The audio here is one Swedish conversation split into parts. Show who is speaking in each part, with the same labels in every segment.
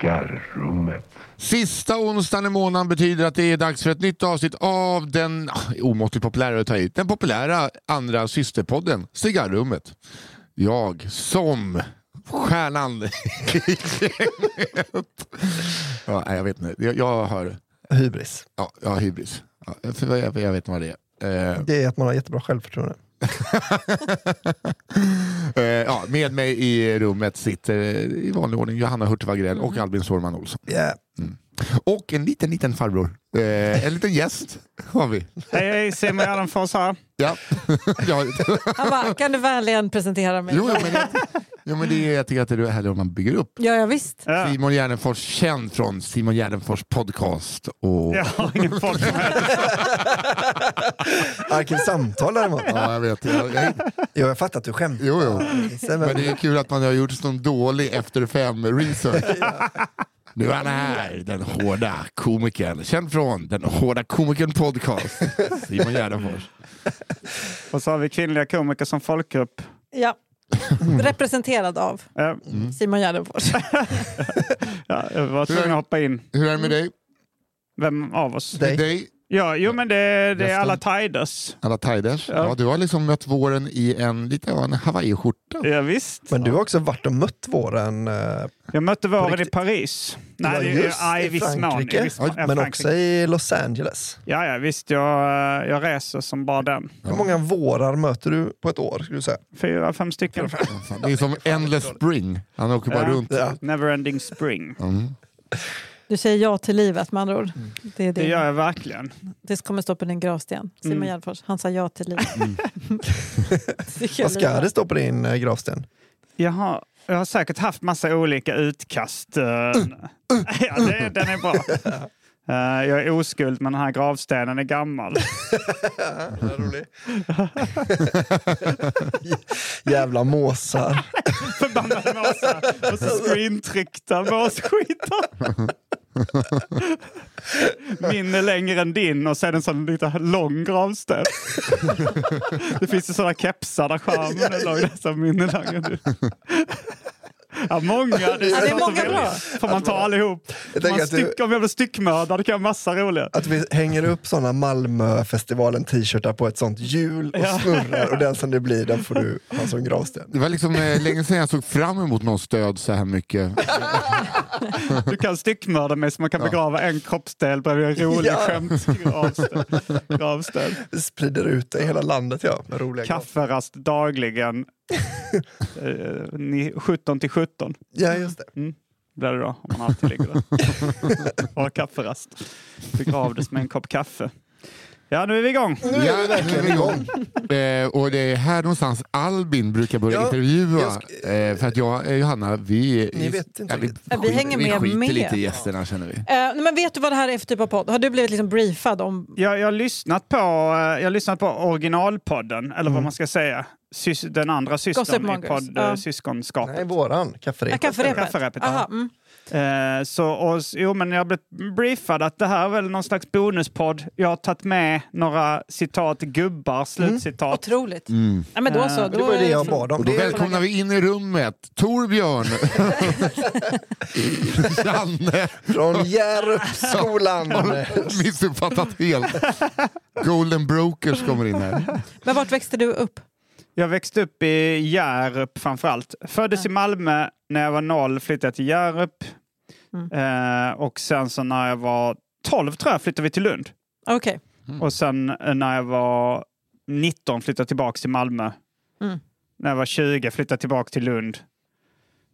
Speaker 1: Gitarrrummet.
Speaker 2: Sista onsdagen i månaden betyder att det är dags för ett nytt avsnitt av den ah, omåttligt populära att ta hit, den populära andra systerpodden Cigarrummet. Jag som stjärnan i gänget. ja, nej, Jag vet inte, jag, jag har
Speaker 3: Hybris.
Speaker 2: ja, jag har hybris. Ja, jag, jag, jag vet inte vad det är. Eh,
Speaker 3: Det är att man har jättebra självförtroende.
Speaker 2: eh, ja, med mig i rummet sitter eh, i vanlig ordning Johanna Hurtig Wagrell och Albin Sårman Olsson.
Speaker 3: Yeah.
Speaker 2: Och en liten, liten farbror. Eh, en liten gäst har vi.
Speaker 4: Hej, hej, Simon Gärdenfors här.
Speaker 2: Ja. ja.
Speaker 5: Han bara, kan du vänligen presentera mig?
Speaker 2: Jo, jo, men det, jo, men det är, jag tycker att det är härligt om man bygger upp.
Speaker 5: Ja, ja visst.
Speaker 4: Ja.
Speaker 2: Simon Gärdenfors, känd från Simon Gärdenfors podcast. Och, ja.
Speaker 4: Jag har ingen folk med.
Speaker 3: Arkivsamtal däremot.
Speaker 2: jag vet. Jag, jag,
Speaker 3: Jo, jag fattar att du skämtar.
Speaker 2: jo, jo.
Speaker 3: Sen,
Speaker 2: Men det är kul att man har gjort sån dålig efter fem-research. Nu är han här, den hårda komikern. Känd från den hårda komikern podcast. Simon Gärdenfors.
Speaker 4: Och så har vi kvinnliga komiker som folkgrupp.
Speaker 5: Ja. Representerad av
Speaker 4: Eh,
Speaker 3: Mm.
Speaker 5: Simon Gärdenfors.
Speaker 4: Ja, jag var tvungen att hoppa in.
Speaker 2: Hur är det med dig?
Speaker 4: Vem av oss?
Speaker 3: Dig.
Speaker 2: Med dig?
Speaker 4: Ja, jo, men det, det är
Speaker 2: Resten.
Speaker 4: alla tiders.
Speaker 2: Alla tiders. Ja.
Speaker 4: Ja.
Speaker 2: du har liksom mött våren i en, lite av en hawaiiskjorta.
Speaker 4: Ja, visst.
Speaker 3: men du har också varit och mött våren, eh,
Speaker 4: Jag mötte våren i
Speaker 3: riktigt.
Speaker 4: Paris.
Speaker 3: Ja,
Speaker 4: Nej, det,
Speaker 3: just
Speaker 4: ja,
Speaker 3: i
Speaker 4: i viss mån.
Speaker 3: Frankrike.
Speaker 4: i viss mån. Ja,
Speaker 3: men
Speaker 4: Frankrike.
Speaker 3: också i Los Angeles.
Speaker 4: Ja, ja, visst. Jag, eh, jag reser som bara den.
Speaker 2: Ja.
Speaker 3: Hur många vårar möter du på ett år? Skulle du säga?
Speaker 4: Fyra, fem stycken.
Speaker 2: Fan, Det är som Endless Spring. Han åker bara
Speaker 4: Ja.
Speaker 2: runt.
Speaker 3: Ja.
Speaker 4: Neverending spring.
Speaker 2: Mm.
Speaker 5: Du säger ja till livet med andra ord.
Speaker 3: Mm.
Speaker 5: Det, är
Speaker 4: Det
Speaker 5: det.
Speaker 4: gör jag verkligen.
Speaker 5: det kommer stå på din gravsten. Simon
Speaker 4: Mm.
Speaker 5: Gärdenfors, han sa ja till livet. Tycker jag
Speaker 3: Mm. Vad ska
Speaker 5: livet.
Speaker 3: det stå på din eh, gravsten?
Speaker 4: Jag har, jag har säkert haft massa olika utkast. eh. ja, det, den är bra. Eh, jag är oskuld, men den här gravstenen är gammal.
Speaker 3: Jävla måsar.
Speaker 4: Förbannade måsar. Och så screentryckta måsskitar. Min är längre än din och sen en sån lite lång gravsten. Det finns ju sådana kepsar där skärmen är lång. Nästan min är längre än din. Ja, många. Det är,
Speaker 5: Ja, det är
Speaker 4: svårt att
Speaker 5: många
Speaker 4: välja.
Speaker 5: bra.
Speaker 4: Får man ta allihop?
Speaker 3: Jag
Speaker 4: Får
Speaker 3: tänker
Speaker 4: Man
Speaker 3: att du-
Speaker 4: styck, om jag blir styckmördad kan jag ha massa roliga.
Speaker 3: Att vi hänger upp sådana Malmöfestivalen-t-shirtar på ett sånt hjul och snurrar och den som det blir den får du ha som gravsten.
Speaker 2: Det var liksom eh, länge sedan jag såg fram emot någon stöd så här mycket.
Speaker 4: Du kan styckmörda mig så man kan begrava en kroppsdel bredvid en rolig
Speaker 3: Ja.
Speaker 4: skämtgravsten. Gravsten.
Speaker 3: Vi sprider ut det i hela landet ja, med roliga
Speaker 4: kafferast dagligen. eh, ni- 17 till 17
Speaker 3: Ja, just det.
Speaker 4: blir det då, om man alltid ligger där. Har kafferast. Begravdes med en kopp kaffe. Ja, nu är vi igång.
Speaker 3: Nu är vi
Speaker 2: nu
Speaker 3: verkligen igång.
Speaker 2: Eh, och det är här någonstans Albin brukar börja
Speaker 3: Ja,
Speaker 2: intervjua.
Speaker 3: jag sk-
Speaker 2: eh, för att jag och Johanna, vi,
Speaker 3: Ni vet inte
Speaker 2: ja, vi,
Speaker 3: riktigt.
Speaker 5: Ja, vi
Speaker 2: skiter-
Speaker 5: hänger
Speaker 2: vi
Speaker 5: med
Speaker 2: skiter
Speaker 5: med.
Speaker 2: lite i gästerna känner vi.
Speaker 5: Eh, nej, men vet du vad det här är för typ av podd? Har du blivit liksom briefad om...
Speaker 4: Jag, jag, har lyssnat på, eh, jag har lyssnat på originalpodden, eller vad man ska säga. Sys, den andra systern i
Speaker 5: Gossipmongers,
Speaker 4: podd,
Speaker 5: ja.
Speaker 4: eh, syskonskapet.
Speaker 3: Nej, våran. Kafferep.
Speaker 5: Ja, kafferepet.
Speaker 4: Kafferepet, ja.
Speaker 5: Aha, mm.
Speaker 4: Eh, så, och, s- jo, men jag blev briefad att det här är väl någon slags bonuspodd. Jag har tagit med några citat, gubbar, slutcitat.
Speaker 5: Otroligt. Ja, men då så. Då,
Speaker 3: Mm.
Speaker 5: liksom-
Speaker 3: Det var ju det jag bad om.
Speaker 2: Mm. Och då
Speaker 3: Det är-
Speaker 2: välkomnar vi in i rummet Torbjörn, Janne,
Speaker 3: Från Järupsskolan.
Speaker 2: missuppfattat helt. Golden Brokers kommer in här.
Speaker 5: Men vart växte du upp?
Speaker 4: Jag växte upp i Hjärup framförallt. Föddes i Malmö. När jag var noll flyttade jag till Hjärup.
Speaker 5: Mm.
Speaker 4: Eh, och sen så när jag var 12 tror jag flyttade vi till Lund.
Speaker 5: Okej.
Speaker 4: Och sen eh, när jag var 19 flyttade jag tillbaka till Malmö.
Speaker 5: Mm.
Speaker 4: När jag var 20 flyttade jag tillbaka till Lund.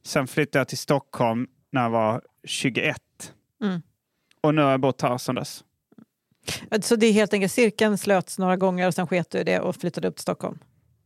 Speaker 4: Sen flyttade jag till Stockholm när jag var 21.
Speaker 5: Mm.
Speaker 4: Och nu har jag bott här sedan dess.
Speaker 5: Så det är helt enkelt cirkeln slöts några gånger och sen sket du i det och flyttade upp till Stockholm.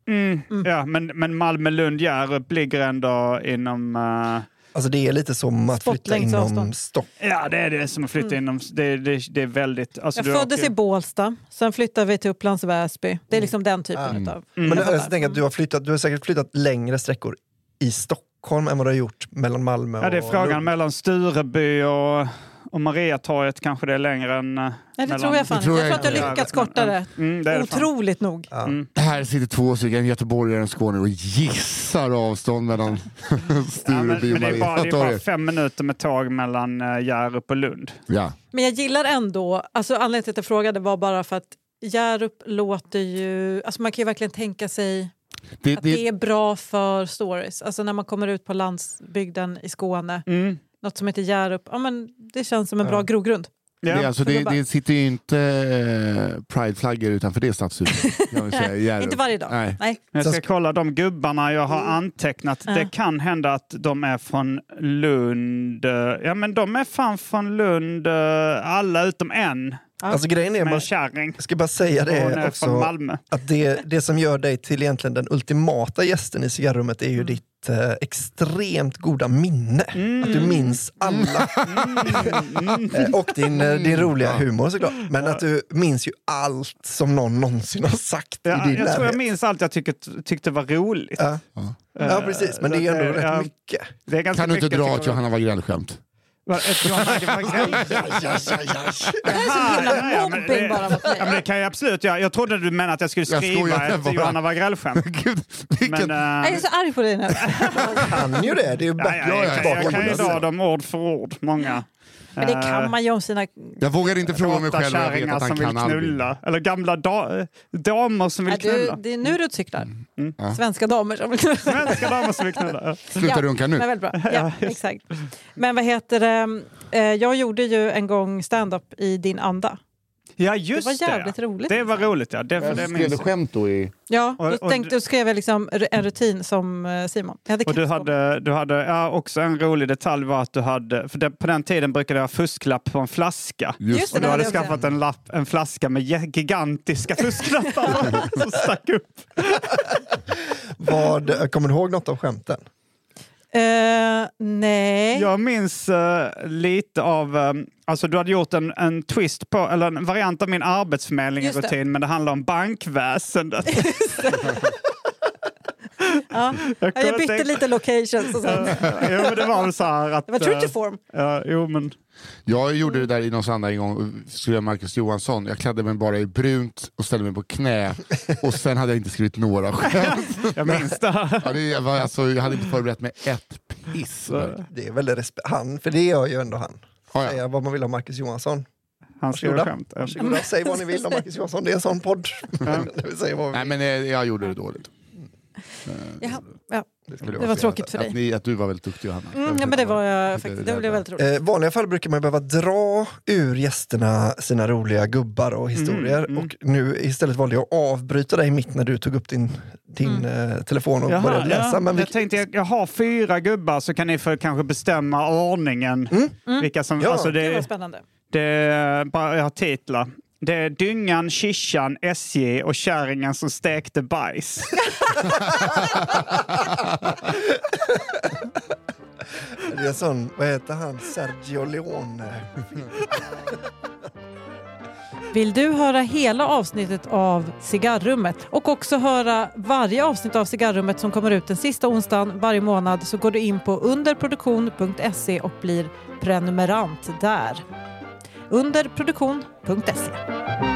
Speaker 4: Mm. Ja, men, men Malmö, Lund, Hjärup ligger ändå inom... eh,
Speaker 3: Alltså det är lite som att flytta
Speaker 5: Spottlängds
Speaker 3: inom
Speaker 5: avstånd.
Speaker 3: Stockholm.
Speaker 4: Ja, det är det som att flytta inom... Det, det, det är väldigt... Alltså,
Speaker 5: Mm. Jag
Speaker 4: du
Speaker 5: föddes
Speaker 4: åker-
Speaker 5: i Bålsta, sen flyttade vi till Upplands Väsby. Det är liksom den typen
Speaker 3: Mm.
Speaker 5: utav...
Speaker 3: Men
Speaker 5: Jag
Speaker 3: jag,
Speaker 5: fattar.
Speaker 3: jag tänker att du har, flyttat, du har säkert flyttat längre sträckor i Stockholm än vad du har gjort mellan Malmö och
Speaker 4: Ja, det är frågan
Speaker 3: Lund.
Speaker 4: mellan Stureby och, Och Mariatorget kanske det är längre än... eh,
Speaker 5: Nej, det
Speaker 4: mellan-
Speaker 5: tror jag fan
Speaker 2: Det tror
Speaker 5: inte. Jag
Speaker 2: jag
Speaker 5: tror att
Speaker 4: inte.
Speaker 5: jag lyckats korta det.
Speaker 4: Mm, det är det fan.
Speaker 5: Otroligt nog.
Speaker 3: Ja.
Speaker 4: Mm.
Speaker 2: Här sitter två stycken göteborgare och en skåning och gissar avstånd mellan
Speaker 4: Ja, men,
Speaker 2: Sturup
Speaker 4: men det, är
Speaker 2: och
Speaker 4: bara, det är bara
Speaker 2: Mariatorget.
Speaker 4: fem minuter med tåg mellan eh, Hjärup och Lund.
Speaker 2: Ja.
Speaker 5: Men jag gillar ändå, alltså anledningen till att jag frågade var bara för att Hjärup låter ju, alltså man kan ju verkligen tänka sig
Speaker 2: Det,
Speaker 5: att det
Speaker 2: det,
Speaker 5: är bra för stories. Alltså när man kommer ut på landsbygden i Skåne,
Speaker 4: Mm.
Speaker 5: något som heter Hjärup, ja men det känns som en bra grogrund.
Speaker 4: Ja.
Speaker 2: det, är alltså, det, det sitter ju inte eh, prideflaggor utanför det stadshuset. kan man säga, i Hjärup.
Speaker 5: Inte varje dag.
Speaker 2: Nej.
Speaker 5: Nej.
Speaker 4: Jag ska
Speaker 3: Sen
Speaker 4: kolla de gubbarna jag har antecknat.
Speaker 5: Mm. Ja.
Speaker 4: Det kan hända att de är från Lund. eh, Ja, men de är fan från Lund, eh, alla utom en.
Speaker 3: Alltså grejen är,
Speaker 4: Med en
Speaker 3: man
Speaker 4: kärring.
Speaker 3: jag ska bara säga
Speaker 4: Och Hon
Speaker 3: det
Speaker 4: är från
Speaker 3: också,
Speaker 4: Malmö.
Speaker 3: att det, det som gör dig till egentligen den ultimata gästen i cigarrummet är
Speaker 4: Mm.
Speaker 3: ju ditt eh, extremt goda minne. Att du minns alla.
Speaker 4: Mm.
Speaker 3: Eh, Och din, eh, din roliga humor såklart. Men att du minns ju allt som någon någonsin har sagt
Speaker 4: Ja,
Speaker 3: i
Speaker 4: jag
Speaker 3: din närhet.
Speaker 4: tror jag minns allt jag tyckte, tyckte var roligt.
Speaker 3: Ja. Ja, precis. Men det är ju ändå
Speaker 4: Eh,
Speaker 3: rätt
Speaker 4: ja,
Speaker 3: mycket.
Speaker 4: Det är ganska
Speaker 2: Kan du inte
Speaker 4: mycket
Speaker 2: dra
Speaker 4: tycker
Speaker 2: ett
Speaker 4: jag.
Speaker 2: Johanna Wagrell-skämt?
Speaker 4: Va, ett Johanna Wagrell?
Speaker 5: Det här är så
Speaker 4: Ja, ja,
Speaker 5: himla
Speaker 4: men
Speaker 5: mobbing
Speaker 4: det-
Speaker 5: bara mot
Speaker 4: Ja, men
Speaker 5: mig.
Speaker 4: det kan jag absolut göra. Jag trodde du menade att jag skulle
Speaker 2: Jag
Speaker 4: skriva
Speaker 2: skojar
Speaker 4: ett
Speaker 2: bara.
Speaker 4: Johanna Wagrell-skämt.
Speaker 2: Gud,
Speaker 4: Men,
Speaker 2: vilken...
Speaker 4: eh,
Speaker 5: Jag är så arg på dig nu.
Speaker 3: Kan ju det. Det är ju
Speaker 4: ja, ja,
Speaker 3: backlash
Speaker 4: jag,
Speaker 2: är
Speaker 4: kan-
Speaker 3: tillbaka.
Speaker 4: jag kan ju
Speaker 3: på
Speaker 4: dra
Speaker 3: den.
Speaker 4: dem ord för ord, många. Eh,
Speaker 5: Men det kan man ju om sina...
Speaker 2: Jag vågar inte fråga mig själv vad jag vet
Speaker 4: kärringar
Speaker 2: att
Speaker 4: som
Speaker 2: han
Speaker 4: vill
Speaker 2: kan Albin.
Speaker 4: knulla. Eller gamla da- damer som vill Mm.
Speaker 5: Ja, du,
Speaker 4: knulla.
Speaker 5: det är nu du cyklar.
Speaker 2: Ja.
Speaker 5: Svenska damer som vill knulla.
Speaker 4: Svenska damer som vill knulla.
Speaker 2: Sluta
Speaker 5: Ja,
Speaker 2: runka
Speaker 5: Men
Speaker 2: nu.
Speaker 5: väldigt bra. Ja, exakt. Men vad heter det? Eh, Jag gjorde ju en gång stand-up i din anda.
Speaker 4: Ja,
Speaker 5: Det
Speaker 4: just
Speaker 5: var jävligt roligt. liksom.
Speaker 4: Det var roligt, ja. Det, för det minns jag.
Speaker 2: skämt då i...
Speaker 5: Ja,
Speaker 4: Och-
Speaker 5: då,
Speaker 4: och
Speaker 5: tänkte, då skrev jag liksom r- en rutin som eh, Simon. Jag hade
Speaker 4: Och du
Speaker 5: keps på.
Speaker 4: hade, du hade ja, också en rolig detalj var att du hade, för det, på den tiden brukade jag ha fusklapp på en flaska.
Speaker 5: Just det,
Speaker 4: Och du
Speaker 5: det
Speaker 4: hade
Speaker 5: hade jag
Speaker 4: skaffat en, lapp, en flaska med jä- gigantiska fusklappar som stack upp.
Speaker 3: Vad, kommer du ihåg något av skämten?
Speaker 5: Eh, nej.
Speaker 4: Jag minns eh, lite av, eh, alltså du hade gjort en, en twist på, eller en variant av min
Speaker 5: Just det.
Speaker 4: arbetsförmedling-rutin, men det handlar om bankväsendet.
Speaker 5: Ja.
Speaker 4: Jag,
Speaker 5: Ja,
Speaker 4: kommer
Speaker 5: jag bytte
Speaker 4: tänka-
Speaker 5: lite locations och sånt.
Speaker 4: jo, men det var väl så här att... eh,
Speaker 5: Det var true to form.
Speaker 4: Ja, jo, men...
Speaker 2: Jag gjorde
Speaker 5: Mm.
Speaker 2: det där i någon annan en gång, skulle jag Marcus Johansson. Jag klädde mig bara i brunt och ställde mig på knä och sen hade jag inte skrivit några skämt.
Speaker 4: Jag minns det. här.
Speaker 2: Ja, det var, alltså, jag hade inte förberett mig ett piss. Ja,
Speaker 3: Det är väl respe- han, för det gör ju ändå han.
Speaker 2: ja.
Speaker 3: Säga vad man vill om Marcus Johansson.
Speaker 4: Han skrev
Speaker 3: Varsågoda.
Speaker 4: skämt.
Speaker 3: Varsågoda, säg vad ni vill om Marcus Johansson. Det är en sån podd. vi säger vad vi
Speaker 2: Nej,
Speaker 3: vill.
Speaker 2: men eh, jag gjorde det dåligt.
Speaker 5: Ja, ja.
Speaker 3: skulle vara
Speaker 5: Det var
Speaker 3: fel.
Speaker 5: tråkigt för
Speaker 2: Att,
Speaker 5: dig.
Speaker 2: ni, att du var väldigt duktig Johanna.
Speaker 5: Mm, ja, men det var
Speaker 2: Det
Speaker 5: jag
Speaker 2: där
Speaker 5: faktiskt. Det blev
Speaker 2: var-
Speaker 5: väldigt roligt.
Speaker 3: Eh, vanliga fall brukar man behöva dra ur gästerna sina roliga gubbar och
Speaker 4: Mm,
Speaker 3: historier. Och nu istället valde jag att avbryta dig mitt när du tog upp din, din eh, telefon och började läsa.
Speaker 4: Mm. ja.
Speaker 3: Men vi,
Speaker 4: Jag tänkte jag, jag har fyra gubbar så kan ni för, kanske bestämma ordningen. Vilka som,
Speaker 3: Mm. Ja.
Speaker 4: alltså
Speaker 5: Mm. Det var
Speaker 4: det,
Speaker 5: spännande.
Speaker 4: det, bara jag har titlar. Det är Dyngan, Kishan, SJ och Kärringen som stekte bajs.
Speaker 3: det är en sån, vad heter han, Sergio Leone.
Speaker 5: Vill du höra hela avsnittet av Cigarrummet och också höra varje avsnitt av Cigarrummet som kommer ut den sista onsdagen varje månad så går du in på underproduktion.se och blir prenumerant där. Underproduktion.se